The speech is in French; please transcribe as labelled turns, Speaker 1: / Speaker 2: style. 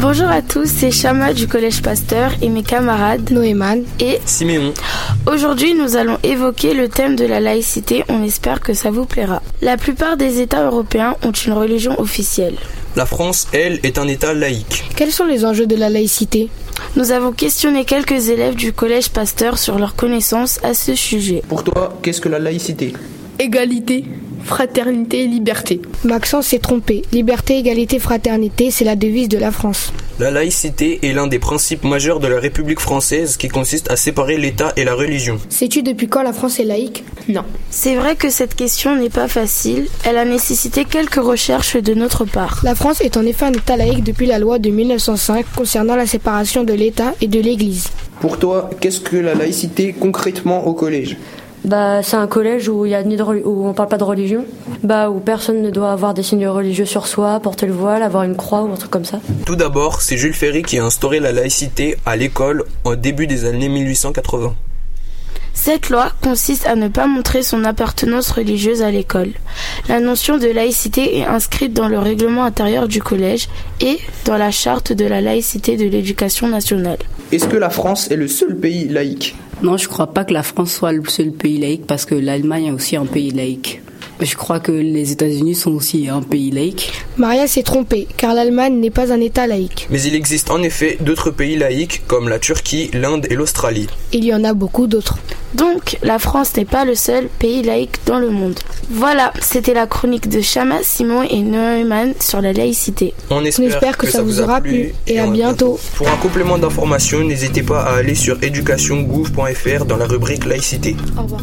Speaker 1: Bonjour à tous, c'est Chama du Collège Pasteur et mes camarades
Speaker 2: Noéman
Speaker 1: et
Speaker 3: Siméon.
Speaker 1: Aujourd'hui, nous allons évoquer le thème de la laïcité. On espère que ça vous plaira. La plupart des États européens ont une religion officielle.
Speaker 3: La France, elle, est un État laïque.
Speaker 2: Quels sont les enjeux de la laïcité
Speaker 1: Nous avons questionné quelques élèves du Collège Pasteur sur leurs connaissances à ce sujet.
Speaker 4: Pour toi, qu'est-ce que la laïcité
Speaker 5: Égalité, fraternité et liberté.
Speaker 2: Maxence s'est trompé. Liberté, égalité, fraternité, c'est la devise de la France.
Speaker 3: La laïcité est l'un des principes majeurs de la République française qui consiste à séparer l'État et la religion.
Speaker 2: Sais-tu depuis quand la France est laïque
Speaker 5: Non.
Speaker 1: C'est vrai que cette question n'est pas facile. Elle a nécessité quelques recherches de notre part.
Speaker 2: La France est en effet un État laïque depuis la loi de 1905 concernant la séparation de l'État et de l'Église.
Speaker 4: Pour toi, qu'est-ce que la laïcité concrètement au collège
Speaker 6: bah, c'est un collège où, il y a ni de, où on parle pas de religion, bah, où personne ne doit avoir des signes religieux sur soi, porter le voile, avoir une croix ou un truc comme ça.
Speaker 3: Tout d'abord, c'est Jules Ferry qui a instauré la laïcité à l'école au début des années 1880.
Speaker 1: Cette loi consiste à ne pas montrer son appartenance religieuse à l'école. La notion de laïcité est inscrite dans le règlement intérieur du collège et dans la charte de la laïcité de l'éducation nationale.
Speaker 4: Est-ce que la France est le seul pays laïque
Speaker 7: non, je crois pas que la France soit le seul pays laïque parce que l'Allemagne est aussi un pays laïque. Je crois que les États-Unis sont aussi un pays laïque.
Speaker 2: Maria s'est trompée, car l'Allemagne n'est pas un État laïque.
Speaker 3: Mais il existe en effet d'autres pays laïques comme la Turquie, l'Inde et l'Australie.
Speaker 2: Il y en a beaucoup d'autres.
Speaker 1: Donc, la France n'est pas le seul pays laïque dans le monde. Voilà, c'était la chronique de Chama, Simon et Neumann sur la laïcité.
Speaker 3: On espère,
Speaker 2: On espère que, que, ça, vous aura plu et, à bientôt.
Speaker 3: Pour un complément d'information, n'hésitez pas à aller sur educationgouv.fr dans la rubrique laïcité.
Speaker 2: Au revoir.